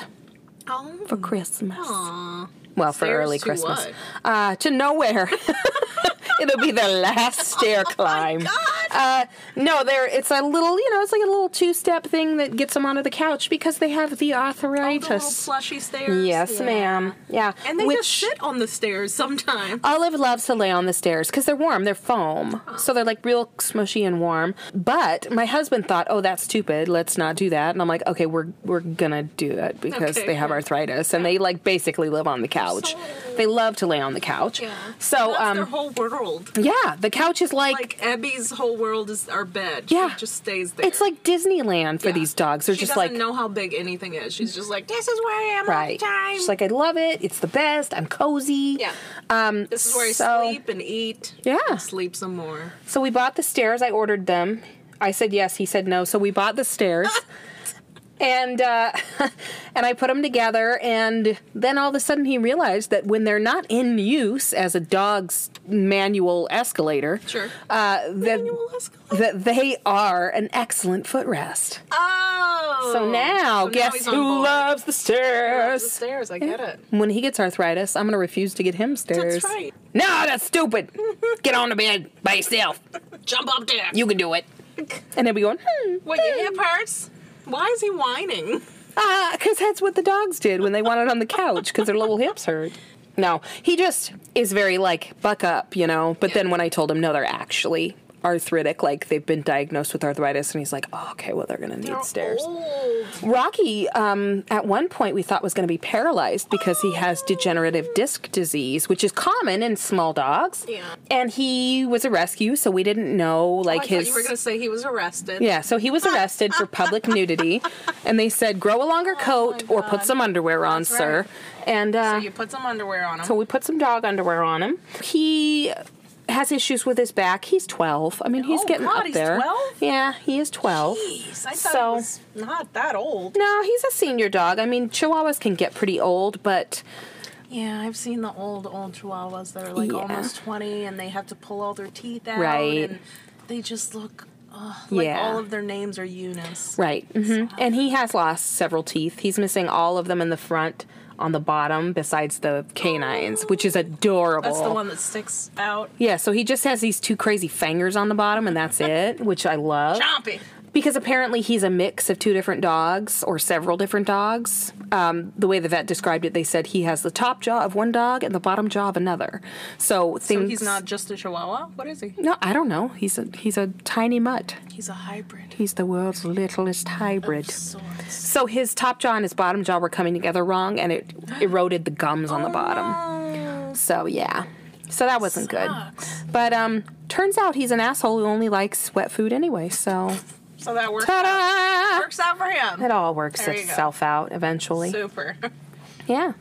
[SPEAKER 4] Oh,
[SPEAKER 5] for Christmas. Well, for
[SPEAKER 4] Stairs
[SPEAKER 5] early
[SPEAKER 4] to
[SPEAKER 5] Christmas.
[SPEAKER 4] what?
[SPEAKER 5] Uh, to nowhere. It'll be their last
[SPEAKER 4] Oh
[SPEAKER 5] stair climb. Uh, no, they're it's a little, you know, it's like a little two-step thing that gets them onto the couch because they have the
[SPEAKER 4] the little
[SPEAKER 5] arthritis.
[SPEAKER 4] slushy stairs.
[SPEAKER 5] yes,
[SPEAKER 4] Yeah.
[SPEAKER 5] ma'am. Yeah.
[SPEAKER 4] And they
[SPEAKER 5] Which,
[SPEAKER 4] just sit on the stairs sometimes.
[SPEAKER 5] Olive loves to lay on the stairs because they're warm, they're foam.
[SPEAKER 4] Uh-huh.
[SPEAKER 5] So they're like real smushy and warm. But my husband thought, oh, that's stupid. Let's not do that. And I'm like, okay, we're, we're going to do it because
[SPEAKER 4] Okay,
[SPEAKER 5] they have
[SPEAKER 4] yeah.
[SPEAKER 5] arthritis and they like basically live on the couch. They love to lay on the couch.
[SPEAKER 4] Yeah.
[SPEAKER 5] So,
[SPEAKER 4] That's their
[SPEAKER 5] um,
[SPEAKER 4] whole world.
[SPEAKER 5] yeah, the couch is like,
[SPEAKER 4] Like Abby's whole world is our bed.
[SPEAKER 5] Yeah.
[SPEAKER 4] she just stays there.
[SPEAKER 5] it's like Disneyland for
[SPEAKER 4] Yeah.
[SPEAKER 5] these dogs. They're
[SPEAKER 4] she
[SPEAKER 5] just
[SPEAKER 4] doesn't
[SPEAKER 5] like,
[SPEAKER 4] know how big anything is. She's just like, this is where I am
[SPEAKER 5] right.
[SPEAKER 4] all the time.
[SPEAKER 5] She's like, I love it. It's the best. I'm cozy.
[SPEAKER 4] yeah,
[SPEAKER 5] Um,
[SPEAKER 4] this is where I
[SPEAKER 5] so-
[SPEAKER 4] sleep and eat.
[SPEAKER 5] Yeah.
[SPEAKER 4] and sleep some more.
[SPEAKER 5] So we bought the stairs. I ordered them. I said yes. He said no. So we bought the stairs, and uh, and I put them together. And then all of a sudden, he realized that when they're not in use as a dog's manual escalator,
[SPEAKER 4] Sure.
[SPEAKER 5] uh, that
[SPEAKER 4] Manual escalator.
[SPEAKER 5] that they are an excellent footrest.
[SPEAKER 4] Oh,
[SPEAKER 5] So now,
[SPEAKER 4] So
[SPEAKER 5] guess
[SPEAKER 4] he's on
[SPEAKER 5] who
[SPEAKER 4] board.
[SPEAKER 5] loves the
[SPEAKER 4] Loves the
[SPEAKER 5] stairs?
[SPEAKER 4] stairs? I get it.
[SPEAKER 5] When he gets arthritis, I'm gonna refuse to get him
[SPEAKER 4] That's
[SPEAKER 5] stairs.
[SPEAKER 4] right.
[SPEAKER 5] No, that's stupid. get on the bed by yourself.
[SPEAKER 4] Jump up there.
[SPEAKER 5] You can do it. And he'll be going. Hmm,
[SPEAKER 4] what your hip hurts? Why is he whining?
[SPEAKER 5] Ah, because that's what the dogs did when they wanted on the couch because their little hips hurt. No, he just is very like buck up, you know. But then when I told him no, they're actually arthritic, like they've been diagnosed with arthritis, and he's like, oh, okay, well they're gonna need stairs.
[SPEAKER 4] Old.
[SPEAKER 5] Rocky, um, at one point we thought was gonna be paralyzed because he has degenerative disc disease, which is common in small dogs.
[SPEAKER 4] Yeah.
[SPEAKER 5] And he was a rescue, so we didn't know
[SPEAKER 4] Oh,
[SPEAKER 5] like
[SPEAKER 4] I
[SPEAKER 5] his.
[SPEAKER 4] thought you were gonna say he was arrested.
[SPEAKER 5] Yeah, so he was arrested for public nudity, and they said, "Grow a longer
[SPEAKER 4] Oh
[SPEAKER 5] coat or put some underwear on, sir." And uh,
[SPEAKER 4] So you put some underwear on him.
[SPEAKER 5] so we put some dog underwear on him. He has issues with his back. He's twelve. I mean, he's
[SPEAKER 4] Oh,
[SPEAKER 5] getting
[SPEAKER 4] God,
[SPEAKER 5] up
[SPEAKER 4] he's
[SPEAKER 5] there.
[SPEAKER 4] 12?
[SPEAKER 5] Yeah, he is twelve.
[SPEAKER 4] Jeez, I thought
[SPEAKER 5] so-
[SPEAKER 4] he was not that old.
[SPEAKER 5] No, he's a senior dog. I mean, Chihuahuas can get pretty old, but
[SPEAKER 4] Yeah, I've seen the old old chihuahuas that are like
[SPEAKER 5] Yeah.
[SPEAKER 4] almost twenty, and they have to pull all their teeth out,
[SPEAKER 5] Right.
[SPEAKER 4] And they just look ugh, like
[SPEAKER 5] Yeah.
[SPEAKER 4] all of their names are Eunice.
[SPEAKER 5] Mm-hmm. right. hmm And he has lost several teeth. He's missing all of them in the front, on the bottom besides the canines, which is adorable.
[SPEAKER 4] Oh.
[SPEAKER 7] That's the one that sticks out.
[SPEAKER 5] Yeah, so he just has these two crazy fingers on the bottom, and that's it, which I love.
[SPEAKER 7] Chompy.
[SPEAKER 5] Because apparently he's a mix of two different dogs or several different dogs. Um, the way the vet described it, they said he has the top jaw of one dog and the bottom jaw of another. So things.
[SPEAKER 4] Mm.
[SPEAKER 7] So he's not just a chihuahua. What is he?
[SPEAKER 5] No, I don't know. He's a he's a tiny mutt.
[SPEAKER 7] He's a hybrid.
[SPEAKER 5] He's the world's littlest hybrid.
[SPEAKER 7] Sorts.
[SPEAKER 5] So his top jaw and his bottom jaw were coming together wrong, and it eroded the gums
[SPEAKER 7] Oh,
[SPEAKER 5] on the bottom. So yeah, so that wasn't
[SPEAKER 7] Sucks.
[SPEAKER 5] good. But um, turns out he's an asshole who only likes wet food anyway. So
[SPEAKER 7] So that works. Out.
[SPEAKER 5] ta-da!
[SPEAKER 7] Works out for him.
[SPEAKER 5] It all works
[SPEAKER 7] There you go.
[SPEAKER 5] itself out eventually.
[SPEAKER 7] Super.
[SPEAKER 5] Yeah.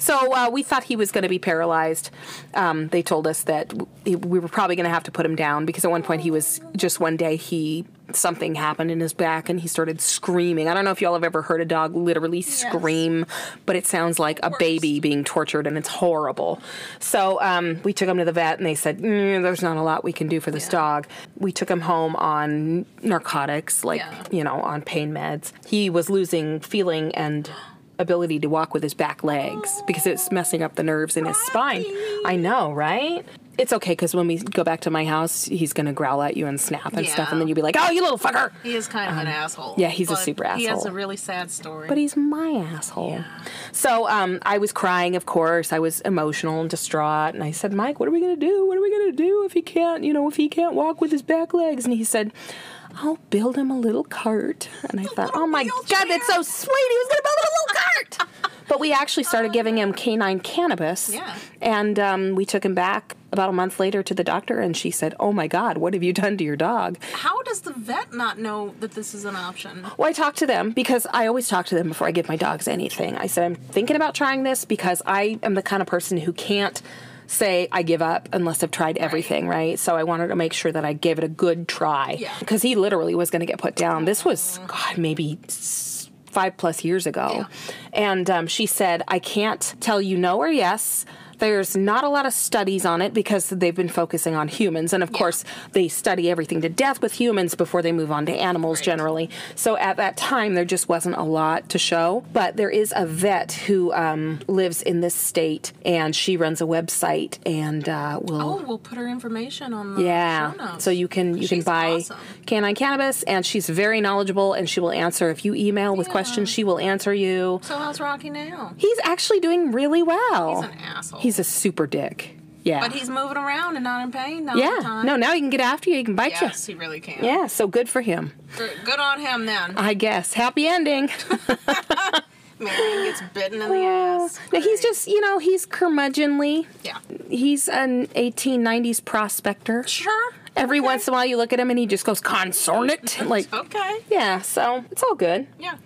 [SPEAKER 5] So uh, we thought he was going to be paralyzed. Um, they told us that w- he- we were probably going to have to put him down because at one point he was just one day he something happened in his back and he started screaming. I don't know if y'all have ever heard a dog literally scream, but it sounds like a baby being tortured and it's horrible. So um, we took him to the vet and they said "Mm, there's not a lot we can do for this dog. We took him home on narcotics, like
[SPEAKER 7] Yeah.
[SPEAKER 5] you know, on pain meds. He was losing feeling and ability to walk with his back legs because it's messing up the nerves in his spine. I know, right? It's okay because when we go back to my house, he's gonna growl at you and snap and stuff, and then
[SPEAKER 7] Yeah.
[SPEAKER 5] you'll be like, "Oh, you little fucker!"
[SPEAKER 7] He is kind of an asshole.
[SPEAKER 5] Um, yeah, he's a
[SPEAKER 7] but
[SPEAKER 5] super
[SPEAKER 7] He has
[SPEAKER 5] asshole.
[SPEAKER 7] a really sad story.
[SPEAKER 5] But he's my asshole. So um, I was crying, of course. I was emotional and distraught, and I said, "Mike, what are we gonna do? What are we gonna do if he can't, you know, if he can't walk with his back legs?" And he said. I'll build him a little cart. And I thought, oh my God, that's so sweet. He was going to build him a little cart. but we actually started giving him canine cannabis.
[SPEAKER 7] Yeah.
[SPEAKER 5] And um, we took him back about a month later to the doctor, and she said, oh my God, what have you done to your dog?
[SPEAKER 7] How does the vet not know that this is an option?
[SPEAKER 5] Well, I talk to them because I always talk to them before I give my dogs anything. I said, I'm thinking about trying this because I am the kind of person who can't say I give up unless I've tried everything, right? So I wanted to make sure that I gave it a good try.
[SPEAKER 7] Yeah.
[SPEAKER 5] Because he literally was going to get put down. This was, God, maybe. s- Five plus years ago. And um, she said, I can't tell you no or yes. There's not a lot of studies on it because they've been focusing on humans. And of course, they study everything to death with humans before they move on to animals generally. So at that time, there just wasn't a lot to show. But there is a vet who um, lives in this state and she runs a website and uh, will.
[SPEAKER 7] Oh, we'll put her information on the show
[SPEAKER 5] Yeah.
[SPEAKER 7] notes.
[SPEAKER 5] So you can you can
[SPEAKER 7] She's
[SPEAKER 5] buy
[SPEAKER 7] awesome.
[SPEAKER 5] canine cannabis, and she's very knowledgeable, and she will answer if you email with questions. She will answer you.
[SPEAKER 7] So how's Rocky now?
[SPEAKER 5] He's actually doing really well.
[SPEAKER 7] He's an asshole.
[SPEAKER 5] He's a super dick. Yeah.
[SPEAKER 7] but he's moving around and not in pain. Not all the
[SPEAKER 5] yeah.
[SPEAKER 7] time.
[SPEAKER 5] No, now he can get after you. He can bite
[SPEAKER 7] Yes, he really can.
[SPEAKER 5] you. Yeah. Uh, So good for him.
[SPEAKER 7] Good good on him then.
[SPEAKER 5] I guess. Happy ending.
[SPEAKER 7] Marion gets bitten in the ass.
[SPEAKER 5] oh. No, he's just you know he's curmudgeonly.
[SPEAKER 7] Yeah.
[SPEAKER 5] He's an 1890s prospector.
[SPEAKER 7] Sure.
[SPEAKER 5] Every once in a while you look at him and he just goes consort it like.
[SPEAKER 7] Okay.
[SPEAKER 5] Yeah, so it's all good.
[SPEAKER 7] Yeah.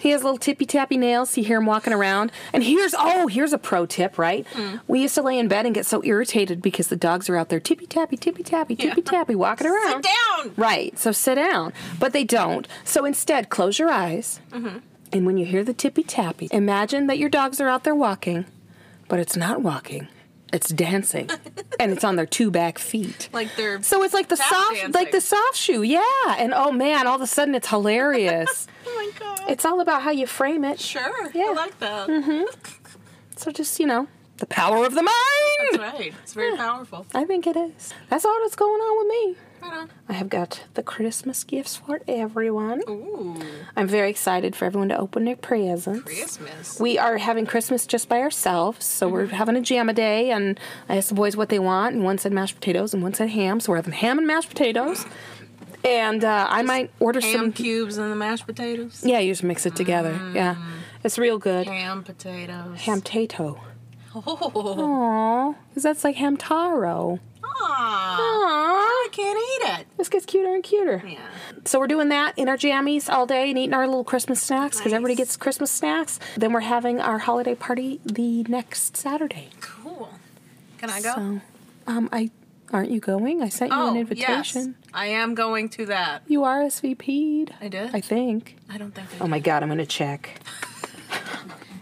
[SPEAKER 5] He has little tippy tappy nails. You hear him walking around. And here's oh, here's a pro tip, right?
[SPEAKER 7] Mm.
[SPEAKER 5] We used to lay in bed and get so irritated because the dogs are out there tippy tappy, tippy tappy, tippy tappy, walking around.
[SPEAKER 7] Down.
[SPEAKER 5] Right. So sit down. But they don't. So instead, close your eyes.
[SPEAKER 7] Mm-hmm.
[SPEAKER 5] And when you hear the tippy tappy, imagine that your dogs are out there walking, but it's not walking. It's dancing, and it's on their two back feet.
[SPEAKER 7] Like they're
[SPEAKER 5] so it's like the
[SPEAKER 7] tap
[SPEAKER 5] soft, like
[SPEAKER 7] dancing.
[SPEAKER 5] the soft shoe, yeah. And oh man, all of a sudden it's hilarious.
[SPEAKER 7] Oh my god.
[SPEAKER 5] it's all about how you frame it.
[SPEAKER 7] sure.
[SPEAKER 5] Yeah. Mm-hmm.
[SPEAKER 7] I like that.
[SPEAKER 5] So just you know, the power of the mind.
[SPEAKER 7] That's right. It's very powerful.
[SPEAKER 5] I think it is. That's all that's going on with me.
[SPEAKER 7] Right on.
[SPEAKER 5] I have got the Christmas gifts for everyone.
[SPEAKER 7] Ooh.
[SPEAKER 5] I'm very excited for everyone to open their presents.
[SPEAKER 7] Christmas.
[SPEAKER 5] We are having Christmas just by ourselves, so we're
[SPEAKER 7] Mm-hmm.
[SPEAKER 5] having a jam a day, and I asked the boys what they want, and one said mashed potatoes, and one said ham, so we're having ham and mashed potatoes. And uh, I might order
[SPEAKER 7] Ham
[SPEAKER 5] some.
[SPEAKER 7] cubes and the mashed potatoes.
[SPEAKER 5] Yeah, you just mix it together. Yeah, it's real good.
[SPEAKER 7] Mm. Ham potatoes.
[SPEAKER 5] Ham tato.
[SPEAKER 7] Oh.
[SPEAKER 5] Aww, because that's like ham taro.
[SPEAKER 7] Aw. I
[SPEAKER 5] Aww,
[SPEAKER 7] can't eat it.
[SPEAKER 5] this gets cuter and cuter.
[SPEAKER 7] Yeah.
[SPEAKER 5] So we're doing that in our jammies all day and eating our little Christmas snacks because everybody gets Christmas snacks. Then we're having our holiday party the next Saturday.
[SPEAKER 7] Cool. Can I go?
[SPEAKER 5] So, um, I aren't you going? I sent you
[SPEAKER 7] oh,
[SPEAKER 5] an invitation.
[SPEAKER 7] yes. I am going to that.
[SPEAKER 5] You RSVP'd.
[SPEAKER 7] I did?
[SPEAKER 5] I think.
[SPEAKER 7] I don't think I
[SPEAKER 5] Oh my god, I'm gonna check.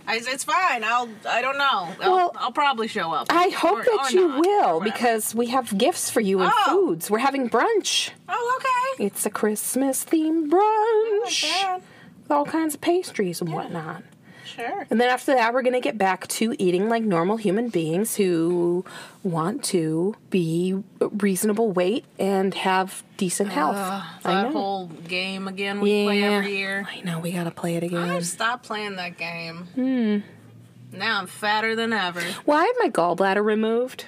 [SPEAKER 7] I, it's fine. I'll. I don't know. I'll,
[SPEAKER 5] Well,
[SPEAKER 7] I'll probably show up.
[SPEAKER 5] I hope
[SPEAKER 7] Or-
[SPEAKER 5] that
[SPEAKER 7] or
[SPEAKER 5] you
[SPEAKER 7] not, or
[SPEAKER 5] will
[SPEAKER 7] whatever.
[SPEAKER 5] because we have gifts for you and
[SPEAKER 7] Oh.
[SPEAKER 5] foods. We're having brunch.
[SPEAKER 7] Oh, okay.
[SPEAKER 5] It's a Christmas themed
[SPEAKER 7] Not
[SPEAKER 5] brunch
[SPEAKER 7] bad.
[SPEAKER 5] with all kinds of pastries and whatnot.
[SPEAKER 4] Sure.
[SPEAKER 5] And then after that, we're going to get back to eating like normal human beings who want to be reasonable weight and have decent health. I
[SPEAKER 4] That
[SPEAKER 5] know.
[SPEAKER 4] whole game again we play
[SPEAKER 5] Yeah.
[SPEAKER 4] every year.
[SPEAKER 5] I know, we got to play it again.
[SPEAKER 4] I've stopped playing that game.
[SPEAKER 5] Hmm.
[SPEAKER 4] Now I'm fatter than ever.
[SPEAKER 5] Well, I had my gallbladder removed.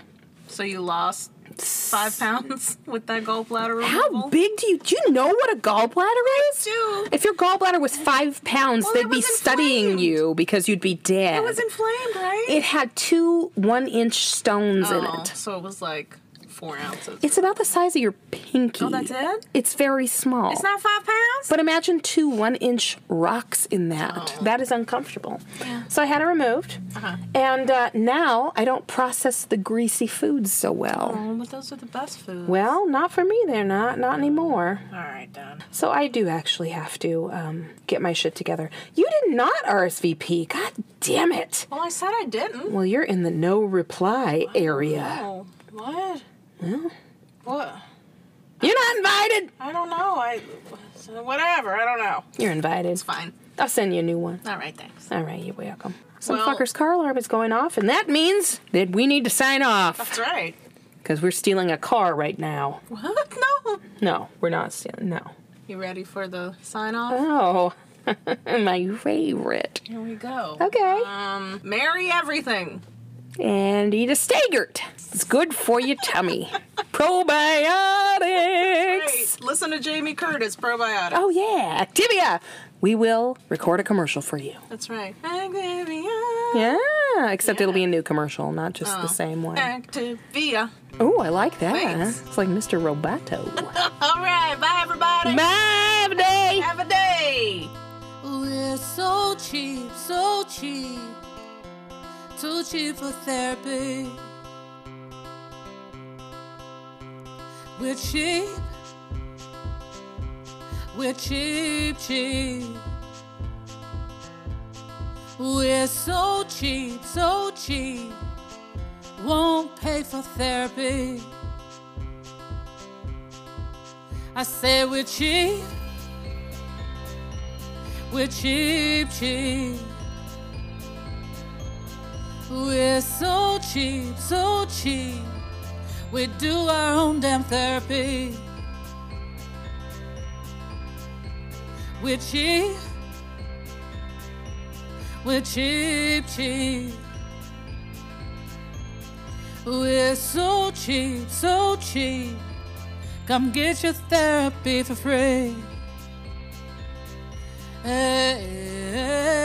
[SPEAKER 4] So you lost five pounds with that gallbladder removal?
[SPEAKER 5] How big do you do you know what a gallbladder is?
[SPEAKER 4] do.
[SPEAKER 5] If your gallbladder was five pounds,
[SPEAKER 4] Well, it
[SPEAKER 5] they'd be
[SPEAKER 4] was
[SPEAKER 5] studying
[SPEAKER 4] inflamed.
[SPEAKER 5] you because you'd be dead.
[SPEAKER 4] It was inflamed, right?
[SPEAKER 5] It had two one inch stones in
[SPEAKER 4] oh,
[SPEAKER 5] it.
[SPEAKER 4] so it was like four ounces.
[SPEAKER 5] It's about the size of your pinky.
[SPEAKER 4] Oh, that's it?
[SPEAKER 5] It's very small.
[SPEAKER 4] It's not five pounds?
[SPEAKER 5] But imagine two one inch rocks in that.
[SPEAKER 4] Oh.
[SPEAKER 5] That is uncomfortable. So I had it removed.
[SPEAKER 4] Uh-huh.
[SPEAKER 5] And uh, now I don't process the greasy foods so well.
[SPEAKER 4] oh, but those are the best foods.
[SPEAKER 5] Well, not for me, they're not. Not anymore.
[SPEAKER 4] All right, done.
[SPEAKER 5] So I do actually have to um, get my shit together. You did not RSVP. God damn it.
[SPEAKER 4] Well, I said I didn't.
[SPEAKER 5] Well, you're in the no reply area.
[SPEAKER 4] Oh, what? What?
[SPEAKER 5] You're not invited.
[SPEAKER 4] I don't know. I whatever. I don't know.
[SPEAKER 5] You're invited.
[SPEAKER 4] It's fine.
[SPEAKER 5] I'll send you a new one.
[SPEAKER 4] All right, thanks.
[SPEAKER 5] All right, you're welcome. Some
[SPEAKER 4] Well-
[SPEAKER 5] fucker's car alarm is going off, and that means that we need to sign off
[SPEAKER 4] That's right.
[SPEAKER 5] because we're stealing a car right now.
[SPEAKER 4] What? No.
[SPEAKER 5] No, we're not stealing. No.
[SPEAKER 4] You ready for the sign off?
[SPEAKER 5] Oh, my favorite.
[SPEAKER 4] Here we go.
[SPEAKER 5] Okay.
[SPEAKER 4] Um, marry everything.
[SPEAKER 5] And eat a stagert. It's good for your tummy. Probiotics.
[SPEAKER 4] Hey, listen to Jamie Curtis, probiotic.
[SPEAKER 5] Oh yeah, Activia. We will record a commercial for you.
[SPEAKER 4] That's right. Activia.
[SPEAKER 5] Yeah, except it'll be a new commercial, not just
[SPEAKER 4] Oh.
[SPEAKER 5] the same one.
[SPEAKER 4] Activia.
[SPEAKER 5] Oh, I like that.
[SPEAKER 4] Thanks.
[SPEAKER 5] It's like Mr. Roboto.
[SPEAKER 4] All right. Bye, everybody.
[SPEAKER 5] Bye, day.
[SPEAKER 4] Have a day.
[SPEAKER 1] Oh, it's so cheap, so cheap, too cheap for therapy. We're cheap, we're cheap, cheap. We're so cheap, so cheap, won't pay for therapy. I say we're cheap. We're cheap, cheap. We're so cheap, so cheap. We do our own damn therapy. We're cheap. We're cheap, cheap. We're so cheap, so cheap. Come get your Eh, therapy for free. Hey, hey, eh,